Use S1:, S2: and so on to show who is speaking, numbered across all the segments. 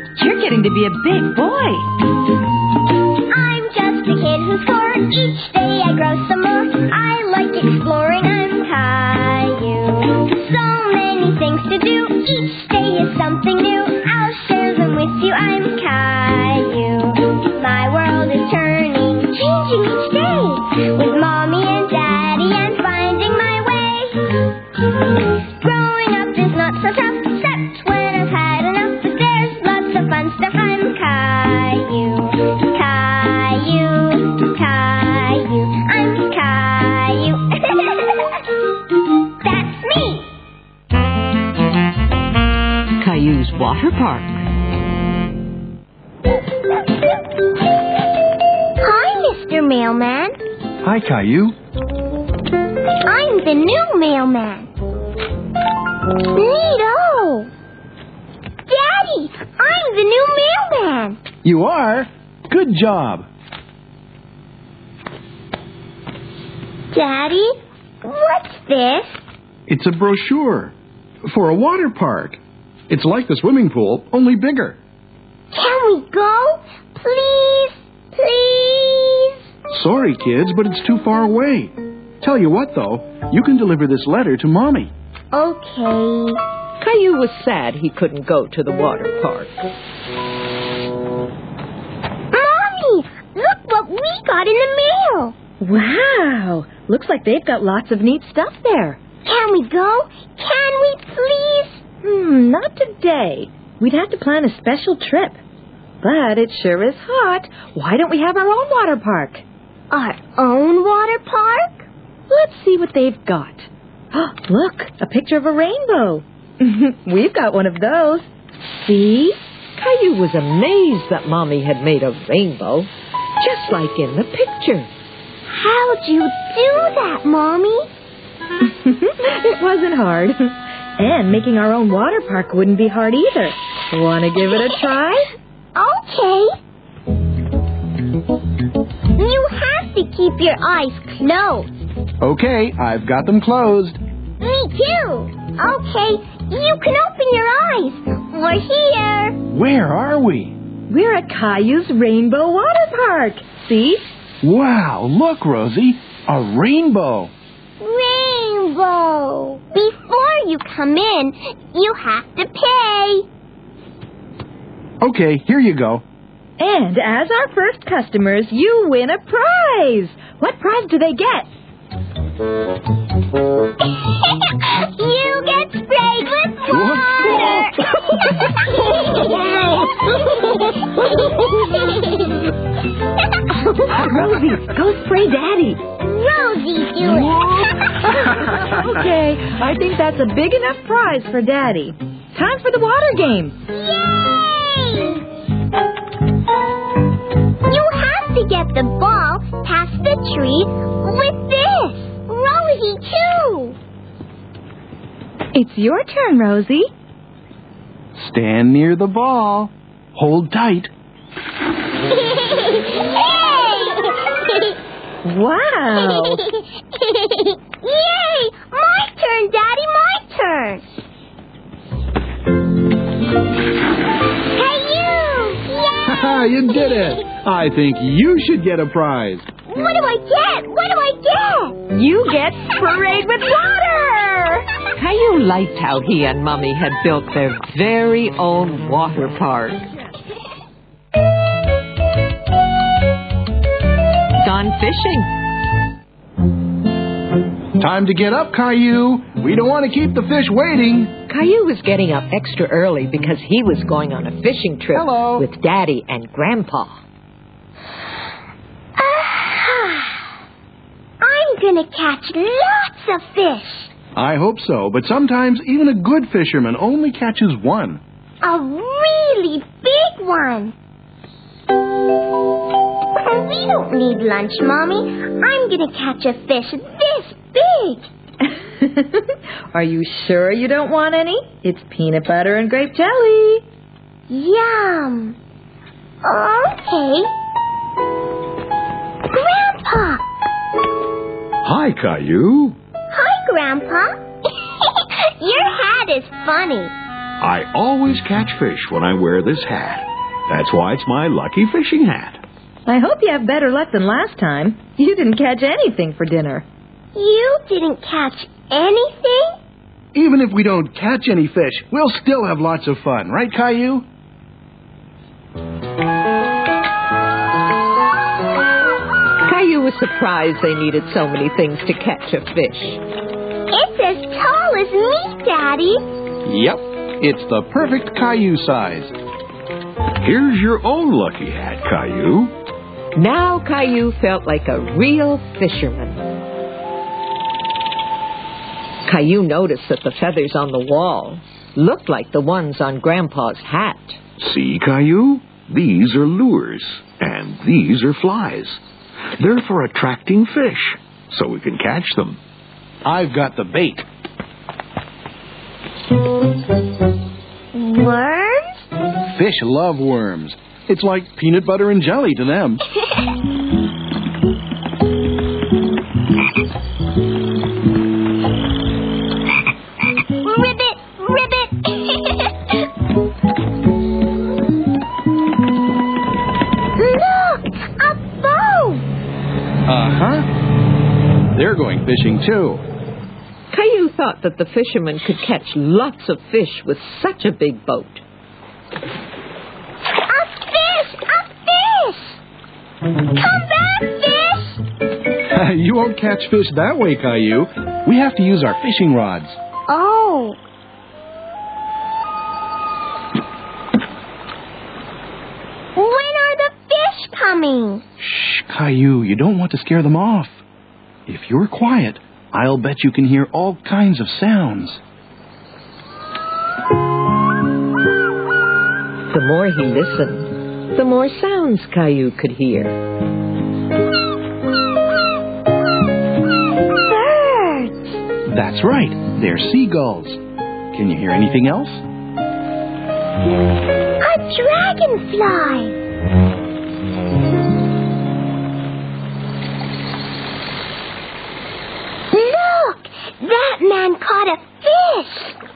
S1: to be a big boy.
S2: I'm just a kid who's four. Each day I grow some more. I like exploring. I'm Caillou. So many things to do. Each day is something new. I'll share them with you. I'm Caillou. My world is turning, changing each day. With mommy and daddy, and finding my way. Growing up is not so tough, except when I've had enough. But there's lots of fun stuff. I'm Caillou, Caillou, Caillou. I'm Caillou. That's me.
S1: Caillou's Water Park.
S2: Hi, Mr. Mailman.
S3: Hi, Caillou.
S2: I'm the new mailman. Neato! Daddy, I'm the new mailman.
S3: You are? Good job.
S2: Daddy, what's this?
S3: It's a brochure for a water park. It's like the swimming pool, only bigger.
S2: Can we go? Please, please.
S3: Sorry, kids, but it's too far away. Tell you what, though, you can deliver this letter to Mommy.
S2: Okay.
S4: Caillou was sad he couldn't go to the water park.
S2: Mommy, look what we got in the mail.
S4: Wow! Looks like they've got lots of neat stuff there.
S2: Can we go? Can we please?
S4: Hmm, not today. We'd have to plan a special trip. But it sure is hot. Why don't we have our own water park?
S2: Our own water park?
S4: Let's see what they've got. Look, a picture of a rainbow. We've got one of those. See? Caillou was amazed that Mommy had made a rainbow, just like in the picture.
S2: How'd you do that, Mommy?
S4: it wasn't hard. And making our own water park wouldn't be hard either. Want to give it a try?
S2: Okay. You have to keep your eyes closed.
S3: Okay, I've got them closed.
S2: Me too. Okay, you can open your eyes. We're here.
S3: Where are we?
S4: We're at Caillou's Rainbow Water Park. See?
S3: Wow, look, Rosie, a rainbow.
S2: Rainbow. Before you come in, you have to pay.
S3: Okay, here you go.
S4: And as our first customers, you win a prize. What prize do they get?
S2: you get sprayed with water.
S4: Rosie, go spray Daddy.
S2: Rosie, do it.
S4: Okay, I think that's a big enough prize for Daddy. Time for the water game.
S2: Yay! You have to get the ball past the tree with this. Rosie, too.
S4: It's your turn, Rosie.
S3: Stand near the ball. Hold tight.
S2: Yay!
S3: Oh.
S4: Wow.
S2: Yay! My turn, Daddy, my turn. Hey, you!
S3: Haha,
S2: Yay!
S3: you did it. I think you should get a prize.
S2: What do I get? What do I get?
S4: You get sprayed with water.
S2: Water!
S1: Caillou liked how he and Mommy had built their very own water park. Gone fishing.
S3: Time to get up, Caillou. We don't want to keep the fish waiting.
S4: Caillou was getting up extra early because he was going on a fishing trip
S3: Hello.
S4: with Daddy and Grandpa.
S2: Ah, I'm gonna catch lots of fish.
S3: I hope so, but sometimes even a good fisherman only catches one.
S2: A really big one. We don't need lunch, Mommy. I'm gonna catch a fish this big.
S4: Are you sure you don't want any? It's peanut butter and grape jelly.
S2: Yum. Okay. Grandpa.
S3: Hi, Caillou.
S2: Hi, Grandpa. Your hat is funny.
S3: I always catch fish when I wear this hat. That's why it's my lucky fishing hat.
S5: I hope you have better luck than last time. You didn't catch anything for dinner.
S2: You didn't catch anything?
S3: Even if we don't catch any fish, we'll still have lots of fun, right, Caillou?
S4: Caillou was surprised they needed so many things to catch a fish.
S2: It's as tall as me, Daddy.
S3: Yep. It's the perfect Caillou size. Here's your own lucky hat, Caillou.
S4: Now Caillou felt like a real fisherman. Caillou noticed that the feathers on the wall looked like the ones on Grandpa's hat.
S6: See, Caillou? These are lures, and these are flies. They're for attracting fish, so we can catch them.
S3: I've got the bait.
S2: Worms?
S3: Fish love worms. It's like peanut butter and jelly to them.
S2: Ribbit, ribbit. Look, a bow.
S3: Uh huh. They're going fishing too.
S4: Caillou thought that the fisherman could catch lots of fish with such a big boat.
S2: A fish, a fish. Come back, fish.
S3: you won't catch fish that way, Caillou. We have to use our fishing rods.
S2: Oh. When are the fish coming?
S3: Shh, Caillou, you don't want to scare them off. If you're quiet, I'll bet you can hear all kinds of sounds.
S4: The more he listened, the more sounds Caillou could hear.
S2: Birds.
S3: That's right, they're seagulls. Can you hear anything else?
S2: A dragonfly. Look! That man caught a fish!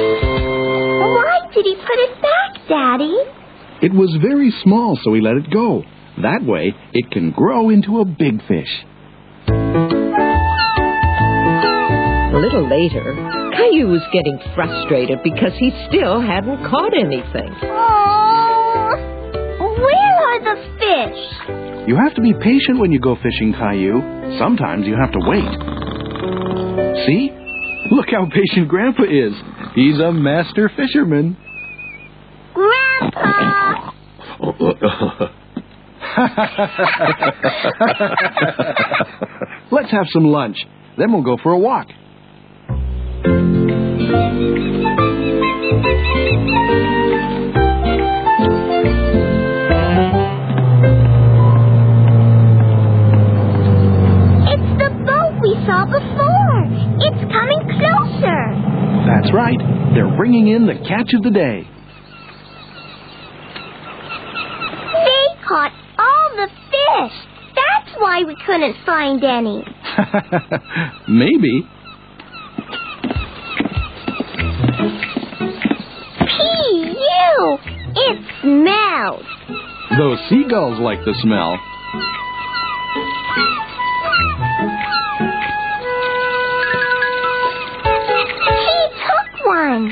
S2: Why did he put it back, Daddy?
S3: It was very small, so we let it go. That way, it can grow into a big fish.
S4: A little later, Caillou was getting frustrated because he still hadn't caught anything.
S2: Oh, where are the fish?
S3: You have to be patient when you go fishing, Caillou. Sometimes you have to wait. See? Look how patient Grandpa is. He's a master fisherman.
S2: Grandpa!
S3: Let's have some lunch. Then we'll go for a walk.
S2: It's the boat we saw before. It's coming closer.
S3: That's right. They're bringing in the catch of the day.
S2: They caught all the fish. That's why we couldn't find any.
S3: Maybe.
S2: Pee, you! It smells.
S3: Those seagulls like the smell.
S2: He took one.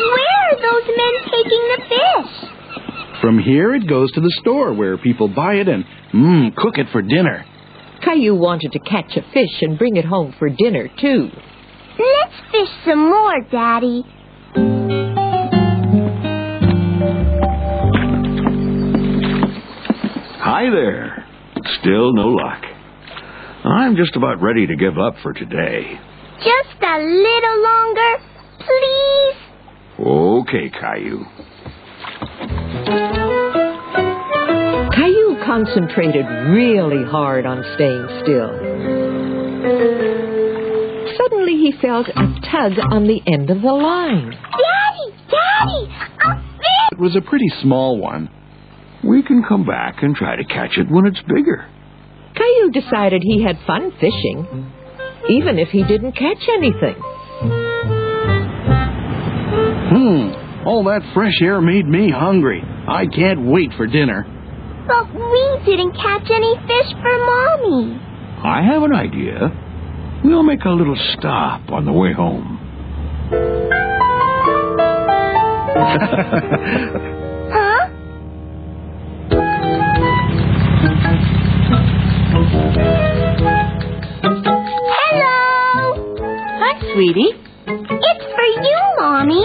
S2: Where are those men taking the fish?
S3: From here, it goes to the store where people buy it and, mmm, cook it for dinner.
S4: Caillou wanted to catch a fish and bring it home for dinner, too.
S2: Let's fish some more, Daddy.
S6: Hi there. Still no luck. I'm just about ready to give up for today.
S2: Just a little longer, please.
S6: Okay, Caillou.
S4: Caillou concentrated really hard on staying still. Suddenly, he felt a tug on the end of the line.
S2: Daddy, Daddy, a fish!
S3: It was a pretty small one.
S6: We can come back and try to catch it when it's bigger.
S1: Caillou decided he had fun fishing, even if he didn't catch anything.
S3: Hmm, all that fresh air made me hungry. I can't wait for dinner.
S2: But we didn't catch any fish for Mommy.
S7: I have an idea. We'll make a little stop on the way home.
S2: Huh? Hello!
S8: Hi, sweetie.
S2: It's for you, Mommy.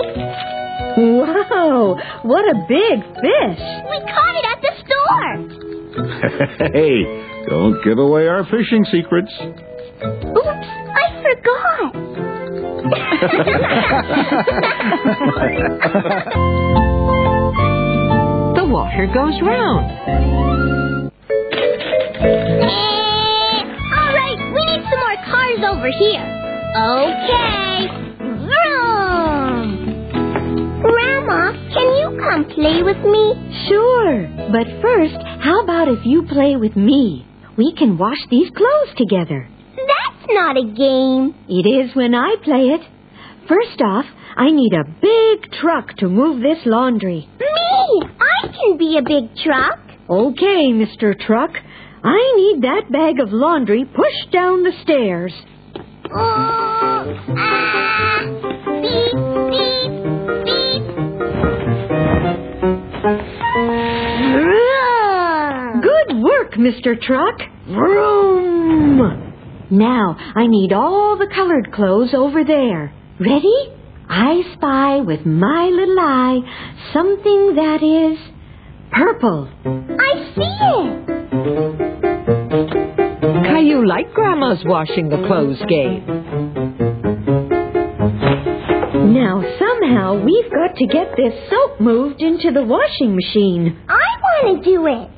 S4: Wow, what a big fish.
S2: We caught it at the store.
S7: hey, don't give away our fishing secrets.
S2: Oops, I forgot.
S1: The water goes round.
S2: Eh, All right, we need some more cars over here. Okay. Vroom. Grandma, can you come play with me?
S4: Sure. But first, how about if you play with me? We can wash these clothes together.
S2: That's not a game.
S4: It is when I play it. First off, I need a big truck to move this laundry.
S2: Me, I can be a big truck.
S4: Okay, Mr. Truck. I need that bag of laundry pushed down the stairs.
S2: Oh, ah, beep, beep, beep. Vroom.
S4: Good work, Mr. Truck. Vroom! Now, I need all the colored clothes over there. Ready? I spy with my little eye something that is purple.
S2: I see it.
S1: Caillou liked Grandma's washing the clothes game.
S4: Now, somehow, we've got to get this soap moved into the washing machine.
S2: I want to do it.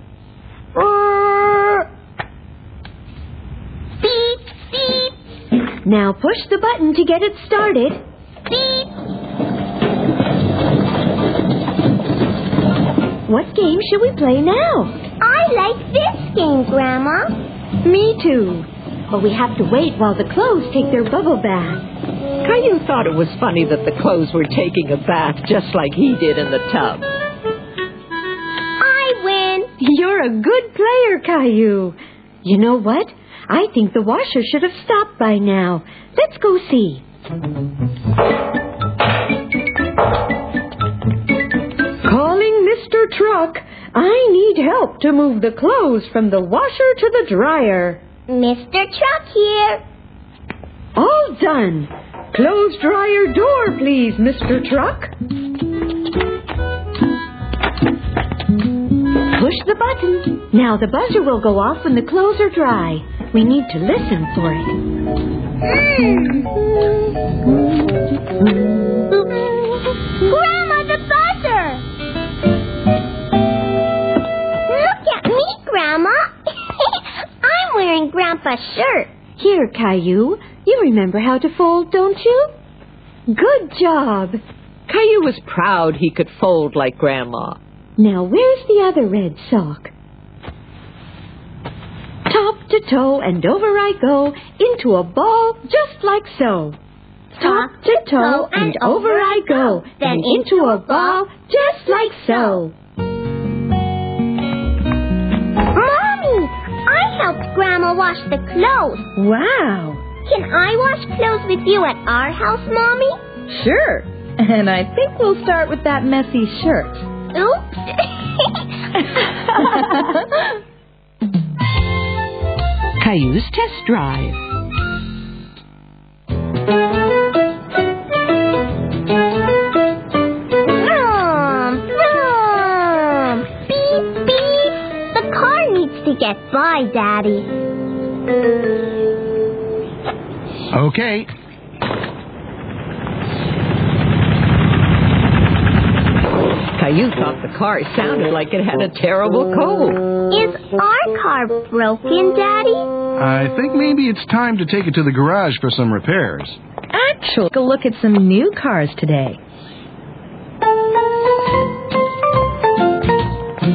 S2: Uh, beep, beep,
S4: Now, push the button to get it started.
S2: beep.
S4: What game should we play now?
S2: I like this game, Grandma.
S4: Me too. But we have to wait while the clothes take their bubble bath.
S1: Caillou thought it was funny that the clothes were taking a bath just like he did in the tub.
S2: I win.
S4: You're a good player, Caillou. You know what? I think the washer should have stopped by now. Let's go see. Calling Mr. Truck. I need help to move the clothes from the washer to the dryer.
S2: Mr. Truck here.
S4: All done. Close dryer door, please, Mr. Truck. Push the button. Now the buzzer will go off when the clothes are dry. We need to listen for it.
S2: Hmm. Grandma the buzzer! Look at me, Grandma! I'm wearing Grandpa's shirt.
S4: Here, Caillou. You remember how to fold, don't you? Good job.
S1: Caillou was proud he could fold like Grandma.
S4: Now where's the other red sock? Top to toe and over I go into a ball just like so. Top to toe and over I go, then into a ball just like so.
S2: Mommy, I helped Grandma wash the clothes.
S4: Wow.
S2: Can I wash clothes with you at our house, Mommy?
S8: Sure. And I think we'll start with that messy shirt.
S2: Oops.
S1: Caillou's Test Drive.
S2: Vroom, vroom. Beep, beep. The car needs to get by, Daddy.
S3: Okay.
S1: Caillou thought the car sounded like it had a terrible cold.
S2: Is our car broken, Daddy?
S3: I think maybe it's time to take it to the garage for some repairs.
S8: Actually, take a look at some new cars today.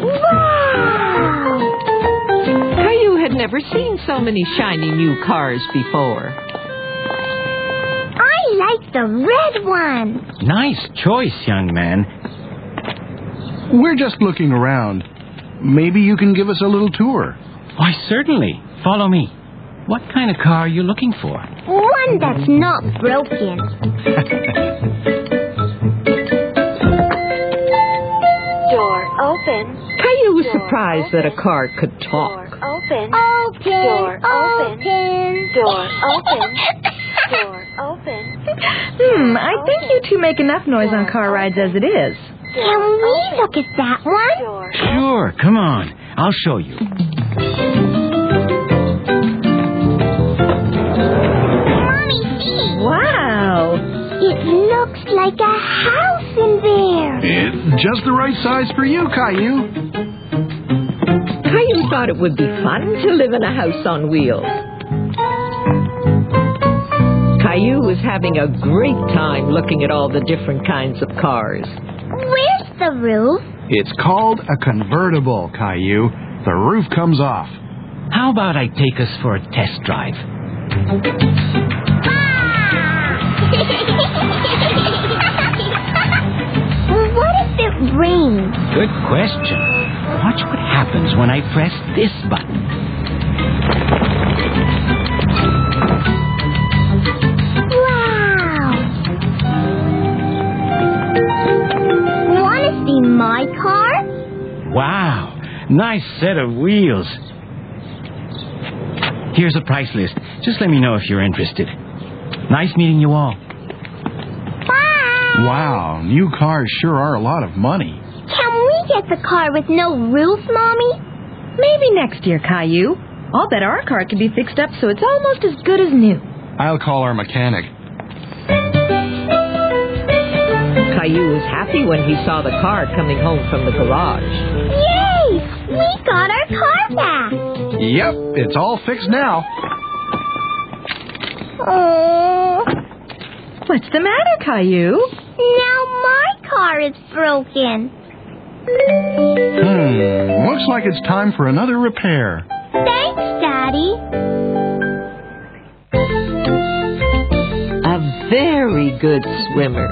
S2: Wow!
S1: Caillou had never seen so many shiny new cars before.
S2: I like the red one.
S9: Nice choice, young man.
S3: We're just looking around. Maybe you can give us a little tour.
S9: Why, certainly. Follow me. What kind of car are you looking for?
S2: One that's not broken.
S10: Door open.
S1: Caillou was surprised that a car could talk.
S10: Door open.
S2: Open.
S10: Door open.
S2: Open.
S10: Door open. Door open.
S8: Hmm, I think you two make enough noise on car rides as it is.
S2: Can we look at that one?
S10: Door.
S9: Sure, come on. I'll show you.
S2: Mommy, see.
S8: Wow.
S2: It looks like a house in there.
S3: It's just the right size for you, Caillou.
S1: Caillou thought it would be fun to live in a house on wheels. Caillou was having a great time looking at all the different kinds of cars.
S2: Where's the roof?
S3: It's called a convertible, Caillou. The roof comes off.
S9: How about I take us for a test drive?
S2: what if it rains?
S9: Good question. Watch what happens when I press this button.
S2: Wow. Want to see my car?
S9: Wow, nice set of wheels. Here's a price list. Just let me know if you're interested. Nice meeting you all.
S2: Bye.
S3: Wow, new cars sure are a lot of money.
S2: Can we get the car with no roof, Mommy?
S8: Maybe next year, Caillou. I'll bet our car can be fixed up so it's almost as good as new.
S3: I'll call our mechanic.
S1: Caillou was happy when he saw the car coming home from the garage.
S2: Yay! We got our car back.
S3: Yep, it's all fixed now.
S2: Oh,
S8: What's the matter, Caillou?
S2: now my car is broken.
S3: Hmm, looks like it's time for another repair.
S2: Thanks, Daddy.
S1: A very good swimmer.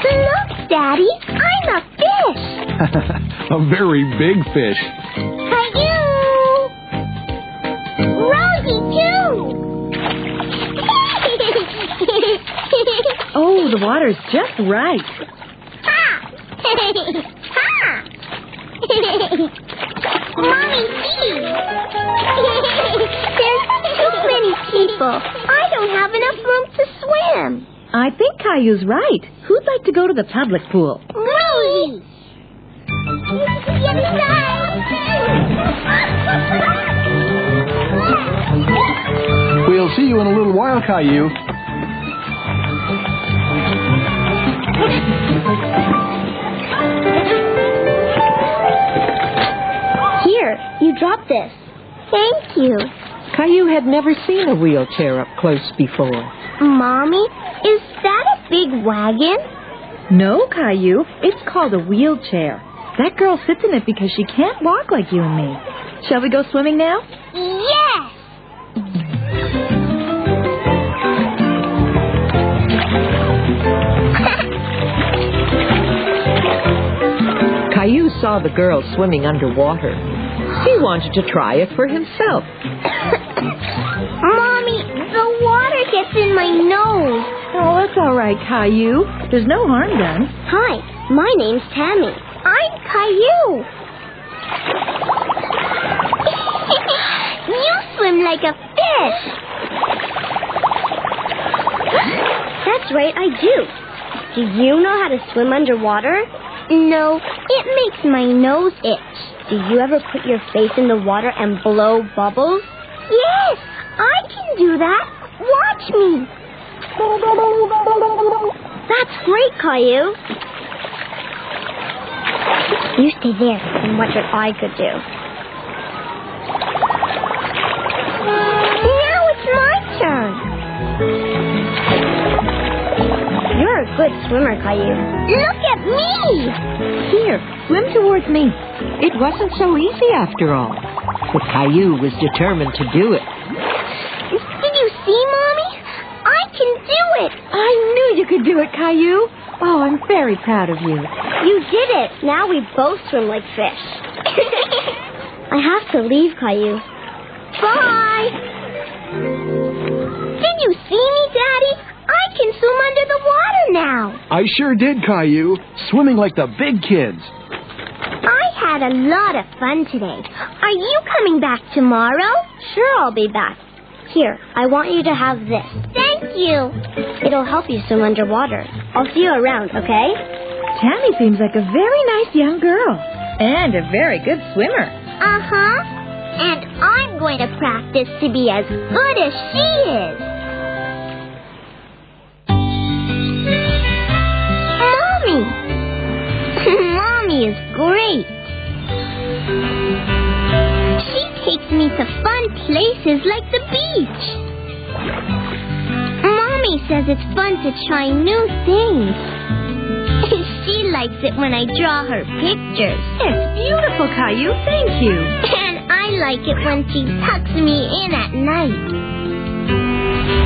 S2: Look, Daddy, I'm a fish.
S3: a very big fish.
S2: Caillou! Rosie, too!
S8: Oh, the water's just right.
S2: ha! ha! Mommy, see! There's too many people. I don't have enough room to swim.
S8: I think Caillou's right. Who'd like to go to the public pool?
S2: Rosie! Yummy!
S3: We'll see you in a little while, Caillou.
S2: Here, you dropped this. Thank you.
S1: Caillou had never seen a wheelchair up close before.
S2: Mommy, is that a big wagon?
S8: No, Caillou. It's called a wheelchair. That girl sits in it because she can't walk like you and me. Shall we go swimming now?
S2: Yes!
S1: Caillou saw the girl swimming underwater. He wanted to try it for himself.
S2: Mommy, the water gets in my nose.
S8: Oh, it's all right, Caillou. There's no harm done.
S2: Hi, my name's Tammy. I'm Caillou. you swim like a fish. That's right, I do. Do you know how to swim underwater? No, it makes my nose itch. Do you ever put your face in the water and blow bubbles? Yes, I can do that. Watch me. That's great, Caillou. You stay there and watch what I could do. Now it's my turn. You're a good swimmer, Caillou. Look at me!
S8: Here, swim towards me.
S1: It wasn't so easy after all. But Caillou was determined to do it.
S2: Did you see, Mommy? I can do it!
S8: I knew you could do it, Caillou. Oh, I'm very proud of you.
S2: You did it! Now we both swim like fish. I have to leave, Caillou. Bye! Did you see me, Daddy? I can swim under the water now.
S3: I sure did, Caillou. Swimming like the big kids.
S2: I had a lot of fun today. Are you coming back tomorrow? Sure, I'll be back. Here, I want you to have this. Thank you. It'll help you swim underwater. I'll see you around, okay?
S8: Tammy seems like a very nice young girl. And a very good swimmer.
S2: Uh huh. And I'm going to practice to be as good as she is. Mommy! Mommy is great. She takes me to fun places like the beach. Mommy says it's fun to try new things. she likes it when I draw her pictures.
S8: It's beautiful, Caillou. Thank you.
S2: And I like it when she tucks me in at night.